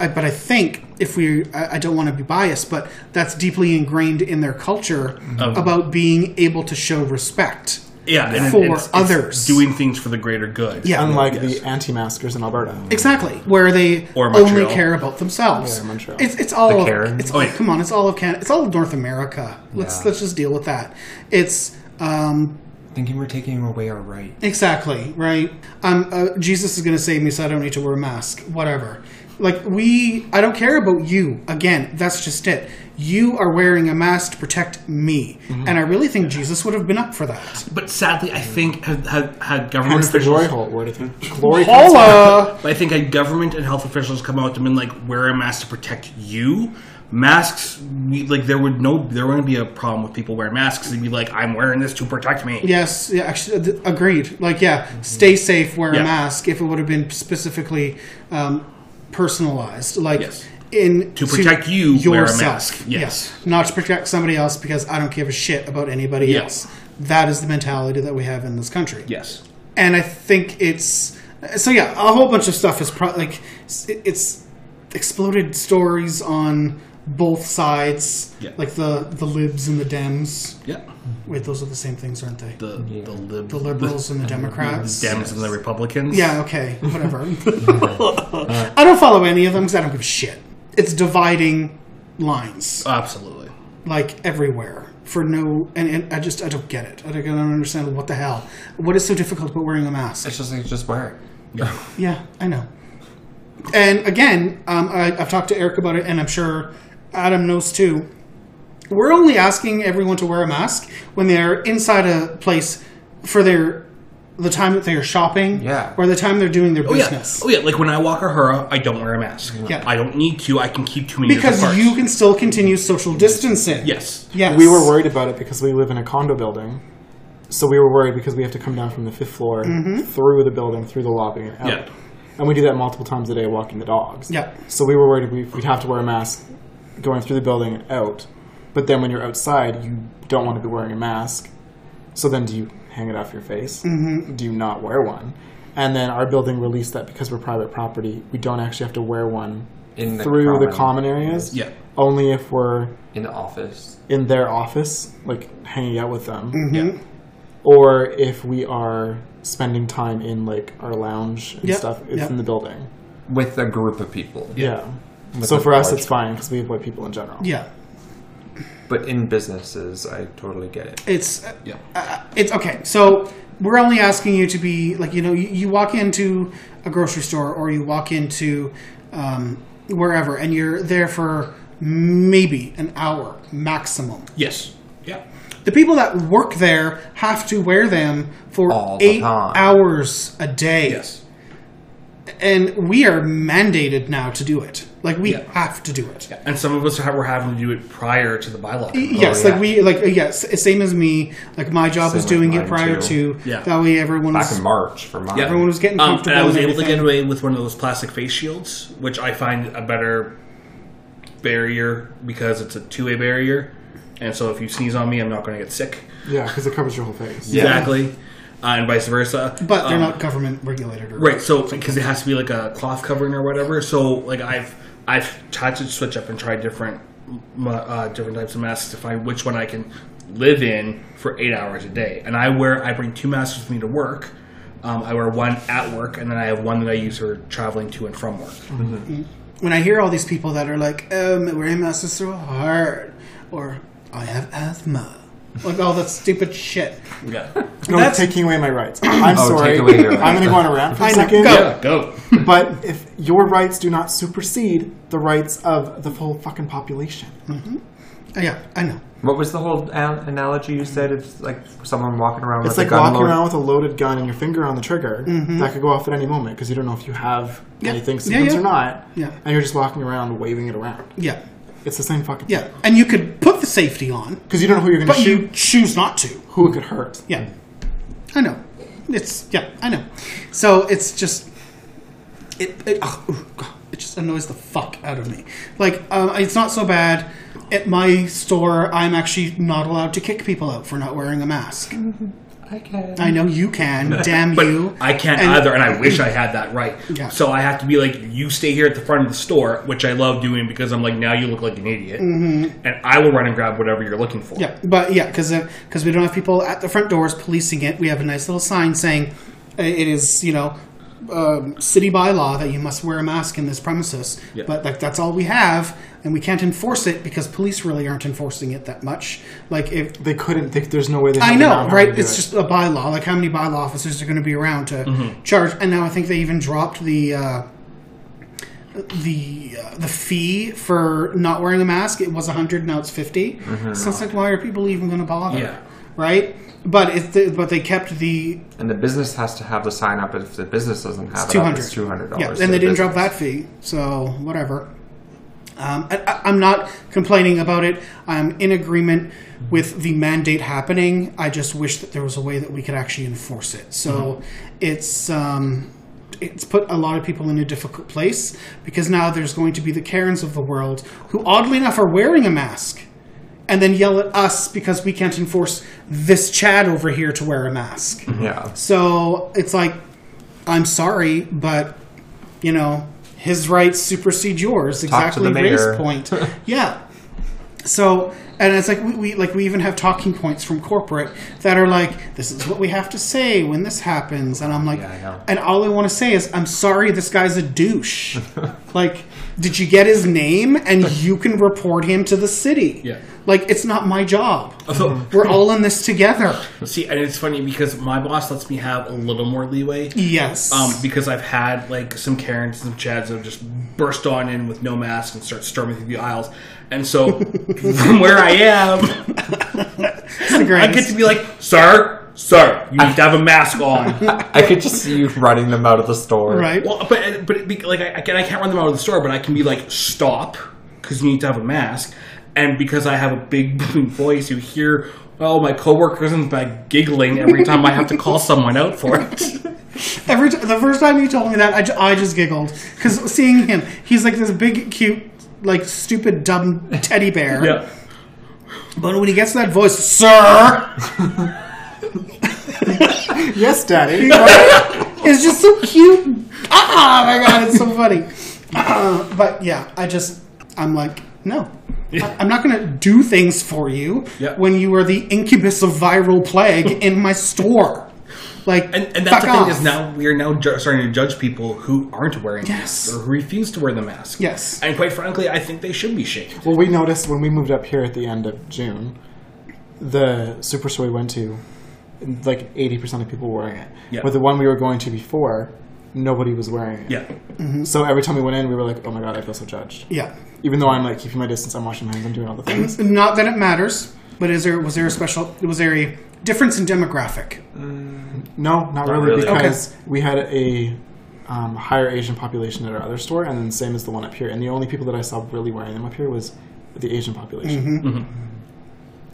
I, but I think if we, I, I don't want to be biased, but that's deeply ingrained in their culture about being able to show respect.
Mm-hmm. Yeah, and it-
For
it's- it's
others.
doing things for the greater good.
Yeah.
Unlike the anti-maskers in Alberta.
Exactly, where they
Or
only
Montreal.
care about themselves.
Yeah, Montreal.
It's, it's all
The
of-
Karens.
it's
Oh, yeah.
come on, it's all of Canada. It's all of North America. Let's
Yeah.
let's just deal with that. It's um,
thinking we're taking away our right.
Exactly, right? Um, uh, Jesus is going to save me, so I don't need to wear a mask. Whatever. Like, we, I don't care about you. Again, that's just it. You are wearing a mask to protect me. And I really think Jesus would have been up for that.
But sadly, I think had, had, had government
Hence the
officials.
glory hole word. I think. Glory.
Hola!
But I think had government and health officials come out and been like, wear a mask to protect you. Masks, we, like there would no, there wouldn't be a problem with people wearing masks. They'd be like, I'm wearing this to protect me.
Yes, yeah, actually, uh, th- agreed. Like, yeah, stay safe, wear
Mm-hmm. Yeah.
a mask if it would have been specifically um, personalized. Like,
Yes.
in
To protect you, wear a mask. Yes.
Yeah. Not to protect somebody else because I don't give a shit about anybody
Yeah.
else. That is the mentality that we have in this country.
Yes.
And I think it's. uh, So, yeah, a whole bunch of stuff is pro- like. s- It's exploded stories on both sides.
Yeah.
Like the, the libs and the Dems.
Yeah.
Wait, those are the same things, aren't they?
The the, lib-
the liberals and the Democrats.
Dems and the Republicans.
Yeah, okay, (laughs) whatever. I don't follow any of them because I don't give a shit. It's dividing lines
Absolutely.
like everywhere for no, and, and I just I don't get it. I don't, I don't understand what the hell. What is so difficult about wearing a mask?
It's just like just wear
Yeah.
Yeah, I know. And again, um, I, I've talked to Eric about it, and I'm sure Adam knows too. We're only asking everyone to wear a mask when they're inside a place for their the time that they are shopping,
Yeah.
or the time they're doing their
Oh yeah.
business.
Oh yeah. Like when I walk Ahura, I don't wear a mask.
Yeah.
I don't need to. I can keep two meters
Because
apart.
you can still continue social distancing.
Yes.
Yes.
We were worried about it because we live in a condo building. So we were worried because we have to come down from the fifth floor through the building, through the lobby, and out.
Yeah.
And we do that multiple times a day walking the dogs.
Yeah.
So we were worried we- we'd have to wear a mask going through the building and out. But then when you're outside, you don't want to be wearing a mask. So then do you hang it off your face? Mm-hmm. Do you not wear one? And then our building released that because we're private property, we don't actually have to wear one
in the
through
common,
the common areas.
Yeah.
Only if we're
in the office.
in their office, like hanging out with them,
Mm-hmm.
Yeah.
or if we are spending time in like our lounge and
Yep,
stuff, it's
yep.
in the building.
With a group of people,
Yeah. So
a
for us,
large-
it's fine because we avoid people in general.
Yeah.
but in businesses, I totally get it.
It's
Yeah.
it's okay. So we're only asking you to be like you know you, you walk into a grocery store or you walk into um, wherever and you're there for maybe an hour maximum.
Yes. Yeah.
The people that work there have to wear them for
All the
eight
time.
hours a day.
Yes.
And we are mandated now to do it. Like we
Yeah.
have to do it.
And some of us ha- were having to do it prior to the bylaw.
Yes,
Oh,
Oh, yeah.
like we like uh, yes, same as me. Like my job was
Same
doing
with
it
mine,
prior
too.
to
Yeah.
that way everyone
Back
was
in March for mine,
Yeah.
everyone was getting
Um, and
comfortable.
I was
and
able to get
everything.
away with one of those plastic face shields, which I find a better barrier because it's a two-way barrier, and so if you sneeze on me, I'm not going to get sick.
Yeah, because it covers your whole face.
Exactly, uh, and vice versa.
But they're
Um,
not government regulated, or
right. So because it has to be like a cloth covering or whatever. So like I've I've tried to switch up and try different m- uh, different types of masks to find which one I can live in for eight hours a day. And I wear I bring two masks with me to work. Um, I wear one at work, and then I have one that I use for traveling to and from work.
when I hear all these people that are like, um, wearing masks is so hard, or I have asthma, like all that stupid shit.
Yeah,
No,
That's-
taking away my
(clears throat)
rights. I'm
Oh,
sorry.
take away your rights.
(laughs) I'm going to go on a rant for a
I know.
second.
Go.
yeah, go.
But if your rights do not supersede the rights of the full fucking population,
Uh, Yeah, I know.
What was the whole al- analogy you said? It's like someone walking around
it's
with
like
a gun
walking
load-
around with a loaded gun and your finger on the trigger that could go off at any moment because you don't know if you have
Mm-hmm. Yeah.
anything
Yeah,
symptoms
yeah.
or not.
Yeah.
And you're just walking around waving it around.
Yeah,
It's the same fucking
yeah, and you could put the safety on,
Because you don't know who you're going to
but
shoot,
you choose not to.
who it could hurt.
Yeah, I know. It's yeah, I know. So it's just it it, oh, ooh, God, it just annoys the fuck out of me. Like um, it's not so bad. At my store, I'm actually not allowed to kick people out for not wearing a mask.
Mm-hmm. I can.
I know you
(laughs)
can. Damn
(laughs) But
you!
I can't
And-
either, and I wish I had that right.
Yeah.
So I have to be like, you stay here at the front of the store, which I love doing because I'm like, now you look like an idiot, and I will run and grab whatever you're looking for.
Mm-hmm. Yeah, but yeah, because because we don't have people at the front doors policing it. We have a nice little sign saying uh, it is you know um, city bylaw that you must wear a mask in this premises.
Yeah.
But like that's all we have, and we can't enforce it because police really aren't enforcing it that much. Like if
They couldn't. They, there's no way they.
I
have
know,
around how to
right?
do
It's
it.
just a bylaw. Like how many bylaw officers are going to be around to
Mm-hmm.
charge? And now I think they even dropped the. Uh, the uh, the fee for not wearing a mask it was 100 now it's 50
Mm-hmm.
so it's like why are people even going to bother
Yeah.
right but it's the, but they kept the
And the business has to have the sign up. If the business doesn't have it, up,
200
it's two hundred dollars.
yeah and they didn't drop that fee so whatever um, I- I, i'm not complaining about it i'm in agreement with the mandate happening i just wish that there was a way that we could actually enforce it so
Mm-hmm.
it's um, it's put a lot of people in a difficult place because now there's going to be the karens of the world who oddly enough are wearing a mask and then yell at us because we can't enforce this chad over here to wear a mask
Yeah.
so it's like, I'm sorry, but you know, his rights supersede yours.
to the
Exactly,
mayor.
Ray's
(laughs)
point. yeah. So, and it's like we, we like we even have talking points from corporate that are like, this is what we have to say when this happens, and I'm like,
Yeah, I know.
and all I want to say is, I'm sorry, this guy's a
(laughs)
douche. like, did you get his name? And you can report him to the city.
Yeah.
Like, it's not my job.
(laughs) So-
We're all in this together.
See, and it's funny because my boss lets me have a little more leeway.
Yes.
Um, because I've had like some Karens and some Chads that have just burst on in with no mask and start storming through the aisles, and so from where I am, I get to be like, "Sir, sir, you need to have a mask on."
(laughs) I could just see you running them out of the store.
right.
well, but but it be, like I, I can I can't run them out of the store, but I can be like, "Stop," because you need to have a mask, and because I have a big (laughs) booming voice, you hear all my coworkers and my giggling every time I have to call someone out for it. (laughs)
Every t- the first time you told me that, I, ju- I just giggled because seeing him, he's like this big, cute, like stupid, dumb teddy bear.
(laughs) yeah.
But when he gets that voice, sir,
(laughs)
(laughs)
yes, Daddy.
it's just so cute. Ah, my god, it's so funny. (clears throat) Uh, but yeah, I just I'm like, no, I, am not gonna do things for you
Yeah.
when you are the incubus of viral plague in my store. Like,
And, and that's
fuck
the thing
off.
is now we are now ju- starting to judge people who aren't wearing
Yes.
masks or who refuse to wear the mask.
Yes.
And quite frankly, I think they should be shamed.
well, we noticed when we moved up here at the end of June, the superstore we went to, like 80% of people were wearing it.
Yeah.
But the one we were going to before, nobody was wearing it.
Yeah.
So every time we went in, we were like, oh my god, I feel so judged.
yeah.
Even though I'm like keeping my distance, I'm washing my hands, I'm doing all the things.
Not that it matters, but is there was there a special was there a difference in demographic?
No, not, really,
really.
because we had a um, higher Asian population at our other store, and then same as the one up here. And the only people that I saw really wearing them up here was the Asian population.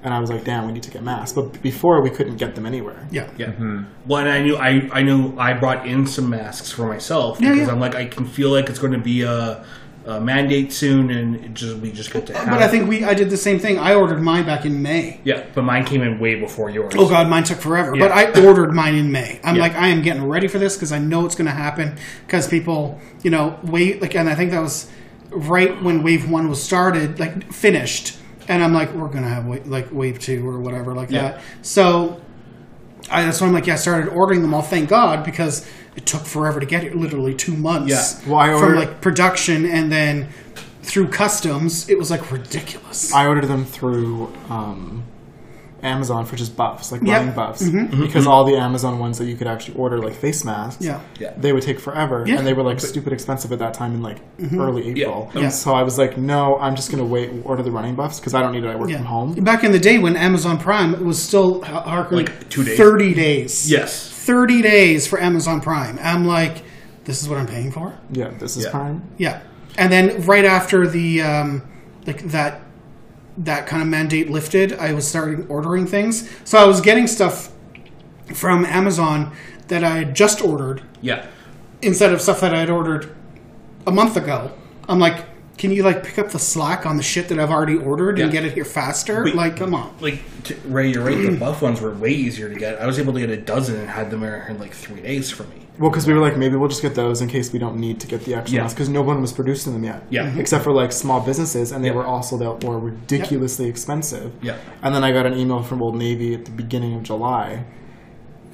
And I was like, damn, we need to get masks. But before, we couldn't get them anywhere.
Yeah.
Yeah.
Mm-hmm.
Well, and I knew I, I knew I brought in some masks for myself
Yeah,
because
yeah.
I'm like I can feel like it's going to be a, a mandate soon, and it just we just get to. Have
But I think we I did the same thing. I ordered mine back in May.
Yeah, but mine came in way before yours.
Oh god, mine took forever. But I ordered mine in May. I'm like I am getting ready for this because I know it's going to happen because people, you know, wait like and I think that was right when wave 1 was started, like finished. And I'm like we're going to have wa- like wave 2 or whatever like
Yeah.
that. So I, that's why I'm like, yeah, I started ordering them all. Thank God because it took forever to get here, literally two months.
Yeah. Well, I
from
ordered-
like production and then through customs, it was like ridiculous.
I ordered them through um, Amazon for just buffs, like
Yep. Mm-hmm.
buying buffs,
Mm-hmm.
because all the Amazon ones that you could actually order, like face masks,
yeah,
they would take forever,
Yeah. Mm-hmm.
and they were like stupid expensive at that time in like early April.
Yeah.
So I was like, no, I'm just gonna wait, and order the running buffs because I don't need it. I work
yeah.
from home.
Back in the day when Amazon Prime was still h- hardcore,
Like two days.
thirty days.
Yes.
30 days for Amazon Prime. I'm like, this is what I'm paying for?
Yeah, this is
Yeah.
fine.
Yeah. And then right after the um, like that that kind of mandate lifted, I was starting ordering things. So I was getting stuff from Amazon that I had just ordered
Yeah.
instead of stuff that I had ordered a month ago. I'm like, can you like pick up the slack on the shit that I've already ordered and
Yeah.
get it here faster?
Wait.
Like, come on.
Like t- Ray, you're right. The buff ones were way easier to get. I was able to get a dozen and had them in like three days for me.
Well, because we were like, maybe we'll just get those in case we don't need to get the extra
Yeah.
ones because no one was producing them yet.
Mm-hmm.
Yeah. Mhm.
Except for like small businesses, and they
Yeah.
were also that were ridiculously expensive.
Yeah.
And then I got an email from Old Navy at the beginning of July,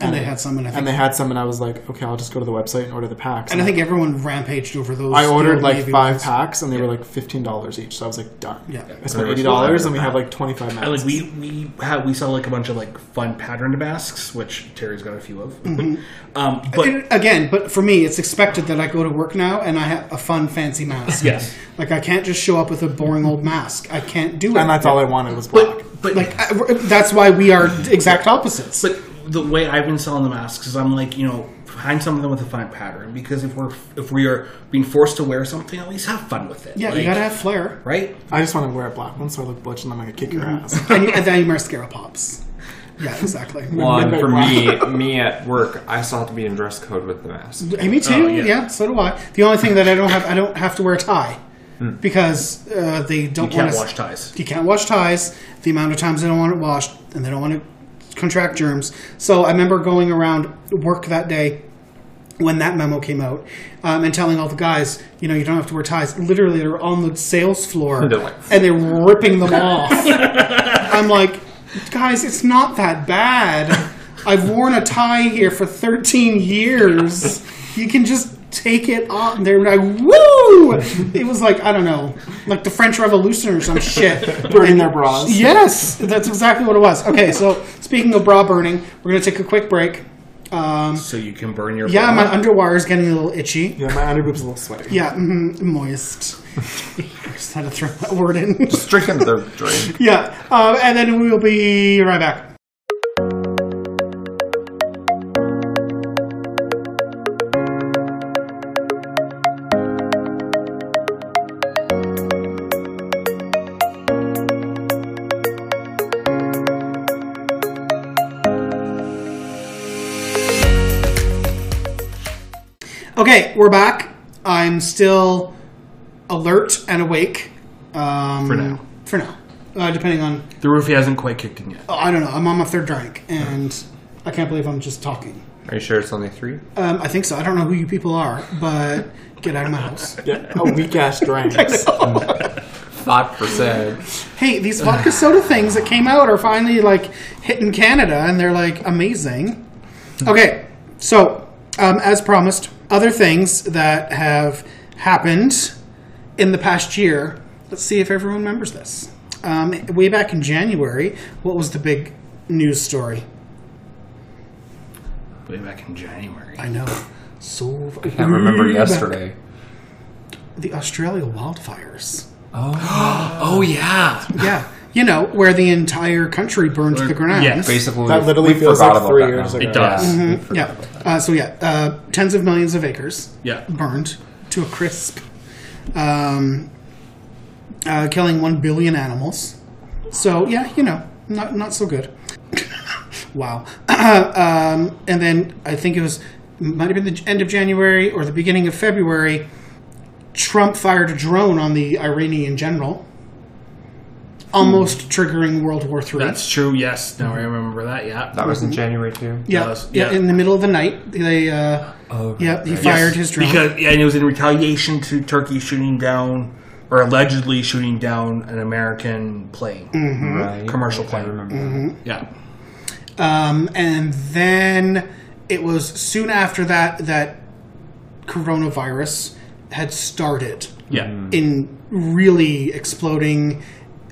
And they had some, and I think,
and they had some, and I was like, okay, I'll just go to the website and order the packs.
and I think everyone rampaged over those.
I ordered
Old
like
Navy
five
ones.
packs, and they were like fifteen dollars each. So I was like, done.
Yeah.
I spent
Really?
eighty dollars, and we have like twenty five
And
masks.
like we we had we saw like a bunch of like fun patterned masks, which Terry's got a few of.
Mm-hmm.
um, but
And again, but for me, it's expected that I go to work now and I have a fun, fancy mask.
(laughs) Yes.
Like, I can't just show up with a boring old mask. I can't do it.
and that's all I wanted was black.
but but
like, I, that's why we are exact opposites.
But the way I've been selling the masks is I'm like, you know, find something with a fun pattern because if we're if we are being forced to wear something, at least have fun with it.
yeah, you
Like,
gotta have flair.
right.
I just want to wear a black one so I look butch and I'm gonna kick your ass.
And, you, and then you mascara pops. Yeah, exactly.
Well, and
Midnight
for me,
Run.
me at work, I still have to be in dress code with the mask.
Hey, me too.
Oh,
yeah.
yeah.
so do I. The only thing that I don't have, I don't have to wear a tie because uh, they don't
You can't
want
wash ties.
You can't wash ties. The amount of times they don't want it washed, and they don't want to contract germs. So I remember going around work that day when that memo came out um, and telling all the guys, you know, you don't have to wear ties. Literally, they were on the sales floor
They're like-
and they were ripping
(laughs)
them off. I'm like, guys, it's not that bad. I've worn a tie here for 13 years. You can just take it off. And they're like, woo! It was like, I don't know, like the French Revolution or some shit.
Burning their bras.
Yes, that's exactly what it was. Okay, so speaking of bra burning, we're going to take a quick break. Um,
So you can burn your
yeah,
bra.
my underwire is getting a little itchy.
Yeah, my underboob's a little sweaty.
Yeah, mm, moist. (laughs) I just had to throw that word in. (laughs)
Just drink another drink.
yeah, um, and then we'll be right back. Okay, we're back. I'm still alert and awake. Um,
For now.
For now. Uh, depending on.
the roofie hasn't quite kicked in yet.
Oh, I don't know. I'm on my third drink, and I can't believe I'm just talking.
Are you sure it's only three?
Um, I think so. I don't know who you people are, but get out of my house.
Yeah, a weak
(laughs)
ass drink.
Five percent.
Hey, these
(sighs)
vodka soda things that came out are finally like hitting Canada, and they're like amazing.
Hmm.
Okay, so um, as promised, other things that have happened in the past year. Let's see if everyone remembers this. Um, way back in January, what was the big news story?
Way back in January.
I know. So I (laughs)
Can't remember yesterday.
The Australia wildfires.
Oh yeah.
Yeah. You know, where the entire country burned to the ground.
yes.
Basically,
That
we-
literally
we
feels
forgot
like
about
three
that
years
now.
ago.
It does.
Yeah. Uh, so, yeah, uh, tens of millions of acres
Yeah.
burned to a crisp, um, uh, killing one billion animals. So, yeah, you know, not, not so good. (laughs) wow. (clears throat) um, and then I think it was, might have been the end of January or the beginning of February, Trump fired a drone on the Iranian general. Almost
Hmm.
triggering World War III.
That's true. Yes. Now I remember that. Yeah.
That was in January too.
Yeah,
Dallas,
yeah,
yeah.
in the middle of the night, they uh,
Oh, right,
yeah, he
right.
fired his drone.
Because yeah, and it was in retaliation to Turkey shooting down or allegedly shooting down an American plane,
Mm.
Right.
commercial
I
plane.
remember.
Yeah.
Um, and then it was soon after that that coronavirus had started
Yeah.
in really exploding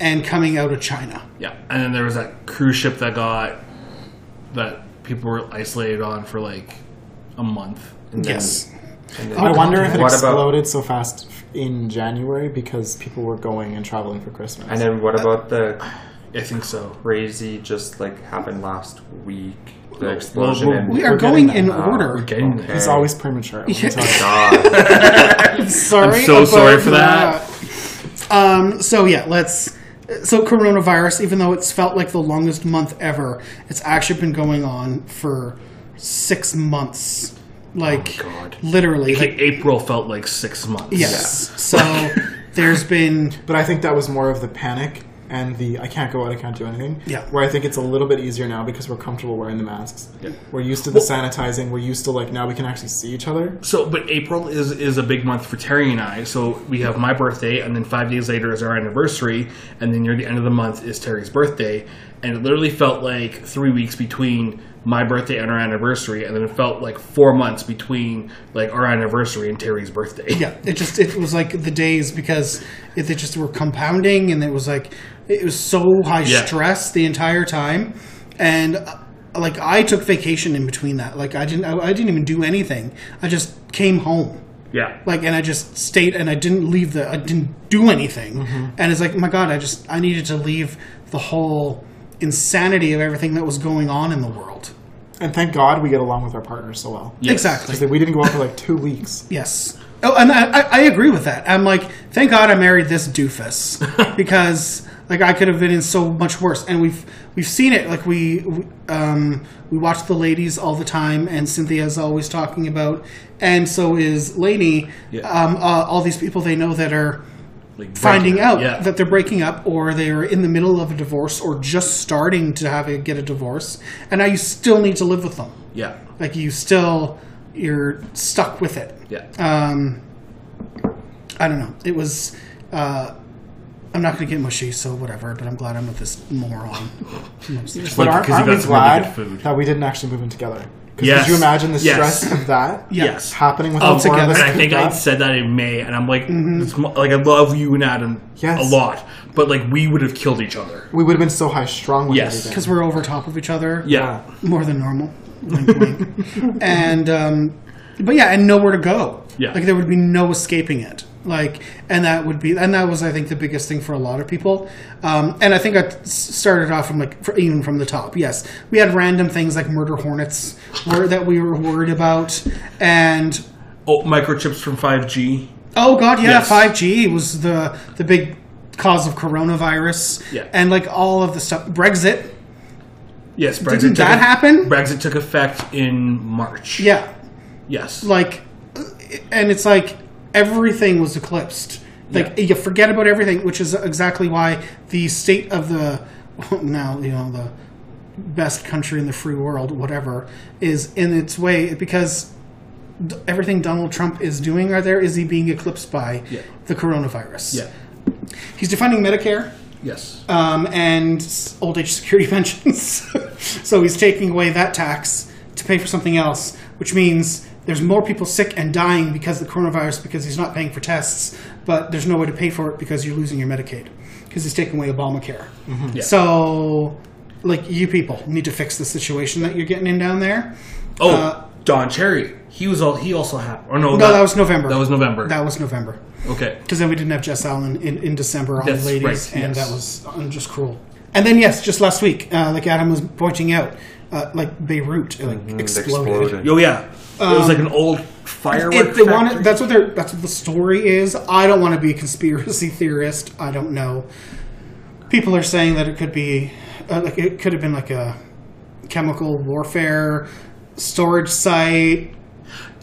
and coming out of China.
Yeah, and then there was that cruise ship that got that people were isolated on for like a month.
And then-
Yes.
and
Oh,
then-
I wonder if it
What about-
exploded so fast in January because people were going and traveling for Christmas.
And then what about the
I think so.
crazy just like happened last week? The explosion
well,
and
We are
We're
going in
getting
there.
order.
We're getting
Okay.
there.
it's always premature. when
(laughs)
we
Yeah.
talk-
God.
sorry.
I'm so
about
sorry for that.
that. Um, so yeah, let's. So coronavirus, even though it's felt like the longest month ever, it's actually been going on for six months. Like
God.
literally,
Like,
like,
April felt like six months.
yes. So there's been
But I think that was more of the panic and the I can't go out, I can't do anything.
Yeah.
Where I think it's a little bit easier now because we're comfortable wearing the masks.
Yeah.
We're used to the sanitizing. We're used to like now we can actually see each other.
So, but April is is a big month for Terry and I. So we have my birthday, and then five days later is our anniversary, and then near the end of the month is Terry's birthday, and it literally felt like three weeks between my birthday and our anniversary, and then it felt like four months between like our anniversary and Terry's birthday.
yeah. It just it was like the days because it, they just were compounding, and it was like it was so high
Yeah.
stress the entire time, and. uh, Like I took vacation in between that. Like I didn't. I, I didn't even do anything. I just came home.
yeah.
like and i just stayed and i didn't leave the i didn't do anything
Mm-hmm.
and it's like my god i just i needed to leave the whole insanity of everything that was going on in the world
And thank God we get along with our partners so well.
Yes.
exactly
Because we didn't go out for like two weeks.
yes oh and I, I i agree with that i'm like thank god i married this
(laughs)
doofus because like i could have been in so much worse and we've we've seen it like we we, um we watch the ladies all the time and cynthia's always talking about and so is laney um uh, all these people they know that are
Like,
finding
breaking up.
out
Yeah.
that they're breaking up or they're in the middle of a divorce or just starting to have a, get a divorce and now you still need to live with them
yeah.
like you still you're stuck with it
Yeah.
um i don't know it was uh i'm not gonna get mushy so whatever but i'm glad i'm with this moron
But
Like, 'cause
aren't,
you got
aren't we
some really
glad
good food.
that we didn't actually move in together? 'Cause
Yes.
Could you imagine the
Yes.
stress of
(laughs)
that
Yes.
happening with
Um,
all four of
together.
us?
and I think
cooped
I
up?
said that in May, and I'm like, it's mo- like I love you and Adam
Mm-hmm. Yes.
a lot, but like we would have killed each other.
we would have been so high strung with
Yes.
everything.
because we're over top of each other
Yeah,
more than normal. Wink, wink. and um, but yeah, and nowhere to go.
Yeah.
like there would be no escaping it. Like, and that would be, and that was, I think, the biggest thing for a lot of people. Um, and I think I s- started off from like, fr even from the top. Yes, we had random things like murder hornets were, that we were worried about, and
Oh, microchips from 5G.
Oh God, yeah,
Yes.
five G was the the big cause of coronavirus.
Yeah.
and like all of the stuff, Brexit.
Yes, Brexit.
Didn't
took
that
eff-
happen?
Brexit took effect in March.
Yeah,
Yes.
like and it's like everything was eclipsed like
Yeah.
you forget about everything which is exactly why the state of the now you know the best country in the free world whatever is in its way because d- everything donald trump is doing right there is he being eclipsed by
Yeah.
the coronavirus
yeah.
he's defining medicare
Yes.
um, and s- old age security (laughs) pensions. so he's taking away that tax to pay for something else, which means there's more people sick and dying because of the coronavirus because he's not paying for tests, but there's no way to pay for it because you're losing your Medicaid because he's taking away Obamacare.
Yeah.
So, like, you people need to fix the situation that you're getting in down there.
oh,
uh,
Don Cherry. He was all. He also happened. Oh no,
No, that was November.
That was November.
That was November.
okay.
Because then we didn't have Jess Allen in, in December on
That's
Ladies,
right,
and
yes.
that was um, just cruel. And then, yes, just last week, uh, like Adam was pointing out, uh, like Beirut like,
Mm-hmm,
exploded.
Exploded.
Oh yeah. it was like an old firework.
Um, If they
factory.
want that's what they're, that's what the story is. I don't want to be a conspiracy theorist. I don't know. People are saying that it could be, uh, like it could have been like a chemical warfare storage site.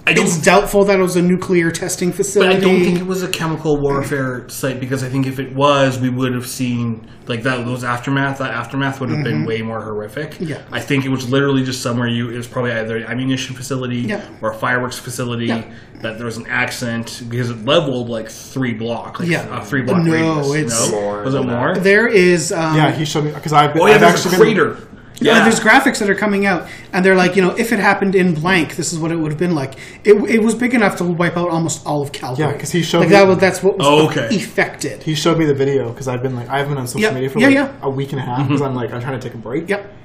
I don't
It's doubtful that it was a nuclear testing
But
facility.
I don't think it was a chemical warfare site because I think if it was, we would have seen like that those aftermath. That aftermath would have been way more horrific.
Mm-hmm. Yeah.
I think it was literally just somewhere you. It was probably either an ammunition facility
Yeah.
or a fireworks facility
Yeah.
that there was an accident because it leveled like three block. Like,
Yeah.
a three block
No,
radius.
it's-
no,
More
was it
than
more?
there is um,
yeah, he showed me because I've been.
Oh yeah,
I've
there's a
actually been-
crater.
Yeah.
Yeah.
there's graphics that are coming out, and they're like, you know, if it happened in blank, this is what it would have been like. It, it was big enough to wipe out almost all of Calgary.
Yeah, 'cause he showed
like
me-
that was that's what was
Oh, okay.
affected.
He showed me the video because I've been like I haven't been on social
Yeah,
media for
yeah,
like
yeah. Mm-hmm.
a week and a half because I'm like I'm trying to take a break.
Yep.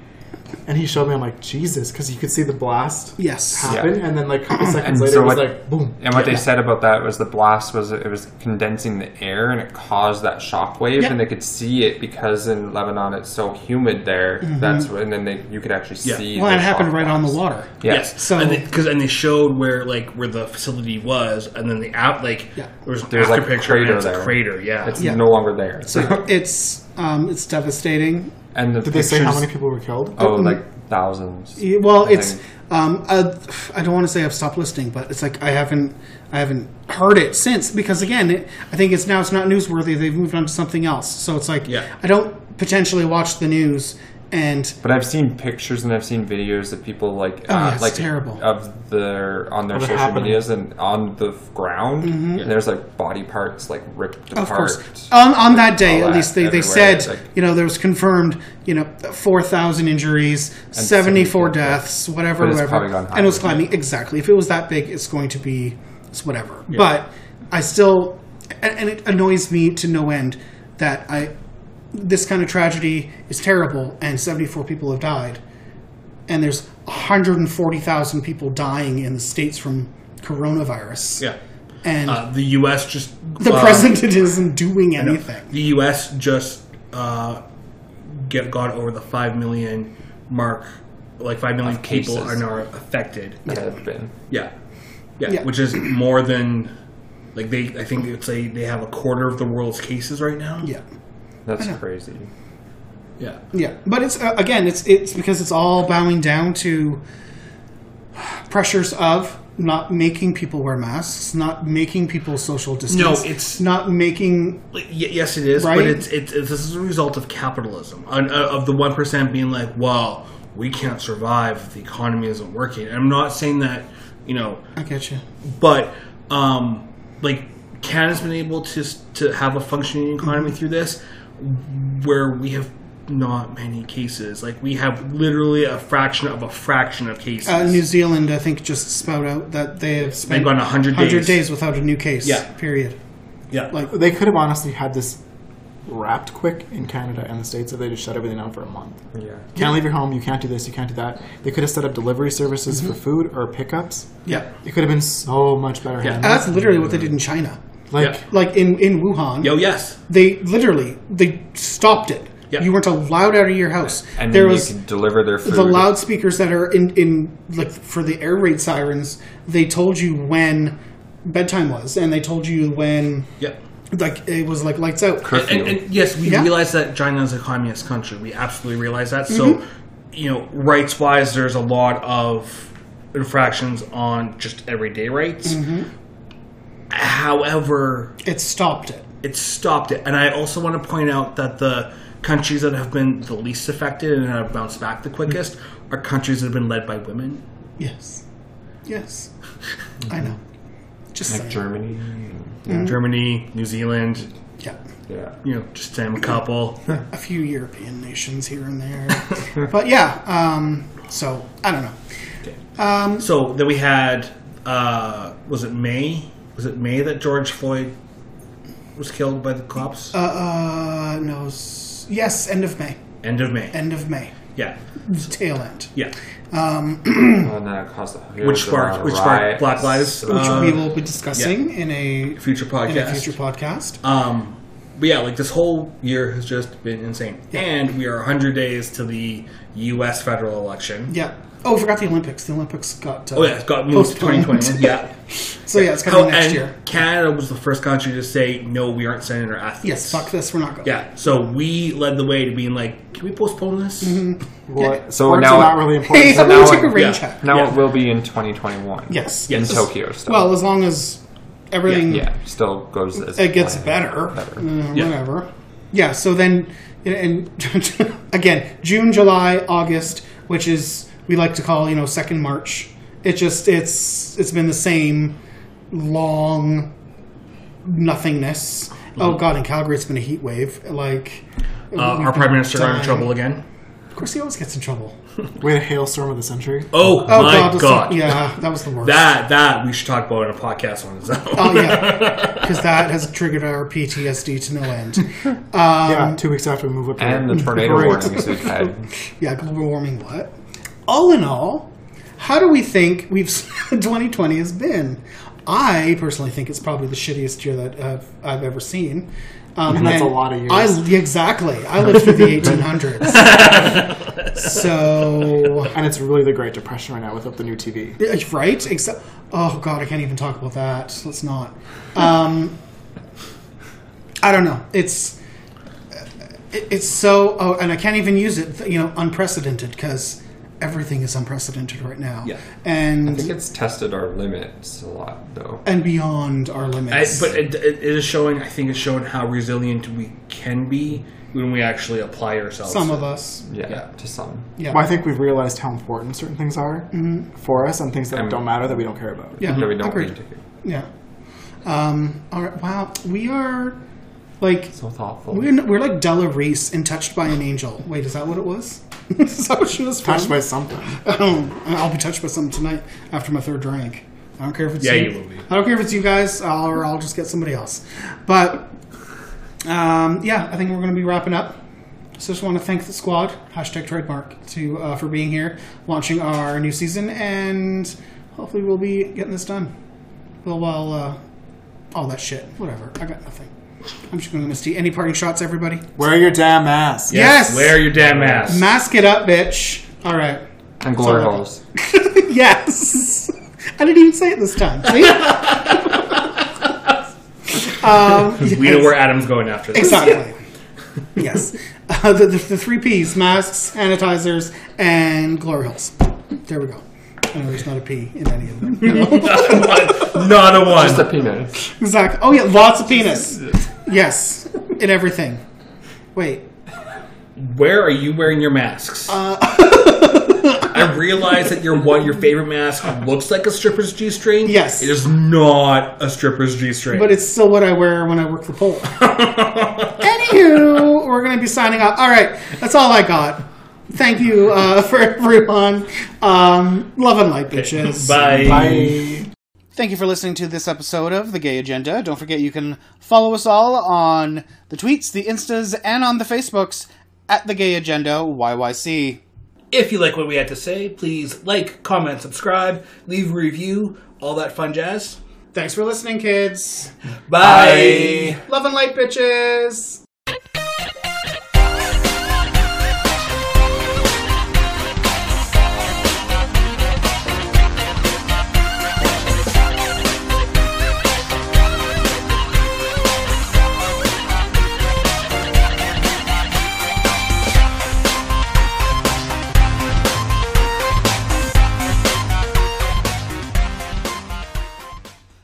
And he showed me I'm like Jesus because you could see the blast
Yes.
happen and then like a couple seconds
And
later
so
it was
what-
like boom.
And what they said about that was the blast was it was condensing the air and it caused that shock wave
Yeah.
and they could see it because in Lebanon it's so humid there. That's wh- and then they you could actually
Yeah.
see.
Mm-hmm. Well,
the
it happened
shock
right on the
blast.
water.
Yeah.
Yes.
So-
So and because and they showed where like where the facility was, and then the out like
Yeah.
there was an
There's,
after
like,
picture
crater
and it's
there.
a crater. Yeah.
It's
Yeah.
no longer there.
(laughs)
So it's um, it's devastating.
and the
Did they say how
pictures-
many people were killed?
Oh, like thousands.
Yeah, Well,
I
it's
think.
um, I, I don't want to say I've stopped listening, but it's like I haven't I haven't heard it since because again, it, I think it's now it's not newsworthy. They've moved on to something else, so it's like
Yeah.
I don't potentially watch the news and
But I've seen pictures and I've seen videos of people like
Oh,
uh,
yeah, it's
like
terrible.
of their on their
Of it
social
happening.
medias and on the f- ground. And there's like body parts like ripped apart.
Mm-hmm. Of course. Oh. On, on that day,
All
at
that
least, they, they
everywhere,
said,
like-
you know, there was confirmed, you know, 4,000 injuries, 74
74
deaths, whatever,
But it's
whatever.
probably gone
and it was
higher.
climbing, exactly. If it was that big, it's going to be it's whatever. But I still, and, and it annoys me to no end that I, this kind of tragedy is terrible and 74 people have died and there's 140,000 people dying in the States from coronavirus.
yeah.
And
Uh, the U.S. just
the
uh,
president (laughs) isn't doing anything.
The U.S. just uh, get got over the five million mark. Like five million people
cases.
are now affected.
Yeah, it's been.
Yeah. yeah,
Yeah.
which is more than like they. I think it's a they have a quarter of the world's cases right now.
Yeah,
That's crazy.
yeah.
yeah. But it's uh, again, it's it's because it's all bowing down to pressures of not making people wear masks, not making people social distance.
it's-
not making.
Like, y- yes, it is,
Right?
but it's, it's it's this is a result of capitalism on, uh, of the one percent being like, well, we can't survive if the economy isn't working. And I'm not saying that, you know,
I get you.
but um, like Canada's been able to s- to have a functioning
Mm-hmm.
economy through this, where we have not many cases. Like we have literally a fraction of a fraction of cases.
Uh, New Zealand, I think, just spout out that they have spent
They've gone 100
100
days.
without a new case.
Yeah.
Period.
yeah,
Like
They could have honestly had this wrapped quick in Canada and the states if they just shut everything down for a month.
Yeah.
Can't leave your home. You can't do this. You can't do that. They could have set up delivery services
Mm-hmm.
for food or pickups.
yeah,
It could have been so much better.
Yeah.
handled.
that's literally what they did in China.
Like
Yeah.
Like in in Wuhan.
yo, yes,
They literally they stopped it.
Yeah.
You weren't allowed out of your house.
And
there
then
was
you can deliver their food.
the loudspeakers that are in, in like for the air raid sirens they told you when bedtime was and they told you when
yeah.
like it was like lights out
curfew.
And, and yes, we
Yeah.
realize that China is a communist country. We absolutely realize that.
Mm-hmm.
So, you know, rights wise, there's a lot of infractions on just everyday rights.
Mm-hmm.
However,
it stopped it
it stopped it. And I also want to point out that the countries that have been the least affected and have bounced back the quickest are countries that have been led by women.
yes yes i know just saying.
Germany.
Mm-hmm.
Germany, New Zealand,
yeah
Yeah.
you know, just to name a
(laughs)
couple.
a few european nations here and there (laughs) but yeah um so i don't know
So then we had, uh, was it May? Was it May that George Floyd was killed by the cops?
uh uh no s- yes end of may
end of May.
end of may
yeah,
tail end
yeah.
Hmm.
And that caused the there
Which
was a lot
sparked
of
which sparked
riots.
Black Lives
which
uh,
we will be discussing in a
future podcast.
in a future podcast
um, but yeah, like this whole year has just been insane, and we are 100 days to the U.S. federal election.
Yeah. Oh, I forgot the Olympics. The Olympics got. Uh,
Oh yeah, it got moved to
Postponed.
2021. (laughs) Yeah.
So yeah, it's
How-
coming next
and
year.
Canada was the first country to say no, we aren't sending our athletes.
Yes. Fuck this. We're not going. (laughs)
Yeah, so we led the way to being like, can we postpone this?
Mm-hmm,
what?
So
sports
now-
are not really
Hey, (laughs)
important.
I'm gonna
now
take a
it-
rain
yeah.
check.
Now
Yeah.
it will be in 2021.
Yes.
In
Yes.
Tokyo still.
Well, as long as everything
yeah, still goes as
it gets
planned.
better,
Better.
uh,
Yeah.
whatever. Yeah. So then, and (laughs) again, June, July, August, which is we like to call you know second March. It just it's it's been the same long nothingness.
Mm-hmm.
Oh God, in Calgary it's been a heat wave. Like
Uh, our prime minister got in trouble again.
Of course, he always gets in trouble.
We had a hailstorm of the century.
Oh,
Oh
my
God,
god,
that's- yeah, that was the worst.
that that we should talk about in a podcast on its own.
oh yeah, because that has triggered our PTSD to no end.
yeah, Um, two weeks after we move up here.
And the
Mm,
tornado
(laughs)
Great.
warnings we've had.
Yeah, global warming. What? All in all, how do we think we've (laughs) 2020 has been? I personally think it's probably the shittiest year that uh, I've ever seen. Um,
And that's a lot of years.
I, exactly. I lived through the
(laughs)
1800s. so
And it's really the Great Depression right now without the new TV.
Yeah, Right? Except, oh god, I can't even talk about that. Let's not. Um, I don't know. It's it- it's so, oh, and I can't even use it. You know, unprecedented because everything is unprecedented right now.
Yeah.
I think
and
it's tested our limits a lot, though.
and beyond our
(laughs) I,
limits.
but it, it is showing. I think it's showing how resilient we can be when we actually apply ourselves.
some of us,
Yeah,
Yeah.
to some.
yeah,
Well, I think we've realized how important certain things are for us and things that
Um,
don't matter that we don't care about.
yeah,
That we don't
agreed.
need to.
Yeah. Um. All right. Wow. We are like
So thoughtful.
we're, n- we're like Della Reese in Touched by an Angel. Wait, is that what it was? (laughs) is that what she was from?
Touched by something.
Um, I'll be touched by something tonight after my third drink. I don't care if it's
Yeah,
you.
you will be.
I don't care if it's you guys, I'll, or I'll just get somebody else. But um, yeah, I think we're going to be wrapping up. So just want to thank the squad hashtag trademark to uh, for being here, launching our new season, and hopefully we'll be getting this done. Well, well, uh, all that shit, whatever. I got nothing. I'm just going to misty. Any parting shots, everybody?
Wear your damn mask.
Yes.
Wear your damn mask.
Mask it up, bitch. All right.
and glory holes.
Yes. I didn't even say it this time. See? um,
we know
yes.
where Adam's going after this.
Exactly. yes. Uh, the, the, the three P's masks, sanitizers, and glory holes. There we go. I know there's not a P in any of them.
Not a one.
Just a penis.
Exactly. Oh, yeah, lots of penis. Yes, in everything. Wait.
Where are you wearing your masks?
Uh,
(laughs) I realize that your one your favorite mask looks like a stripper's g string.
Yes.
it is not a stripper's g string. (laughs)
But it's still what I wear when I work the pole. Anywho, we're going to be signing off. All right, that's all I got. Thank you uh, (laughs) for everyone. Um, love and light, bitches.
Bye.
Thank you for listening to this episode of The Gay Agenda. Don't forget you can follow us all on the tweets, the instas, and on the Facebooks at The Gay Agenda YYC.
If you like what we had to say, please like, comment, subscribe, leave a review, all that fun jazz.
Thanks for listening, kids.
Bye.
Love and light, bitches.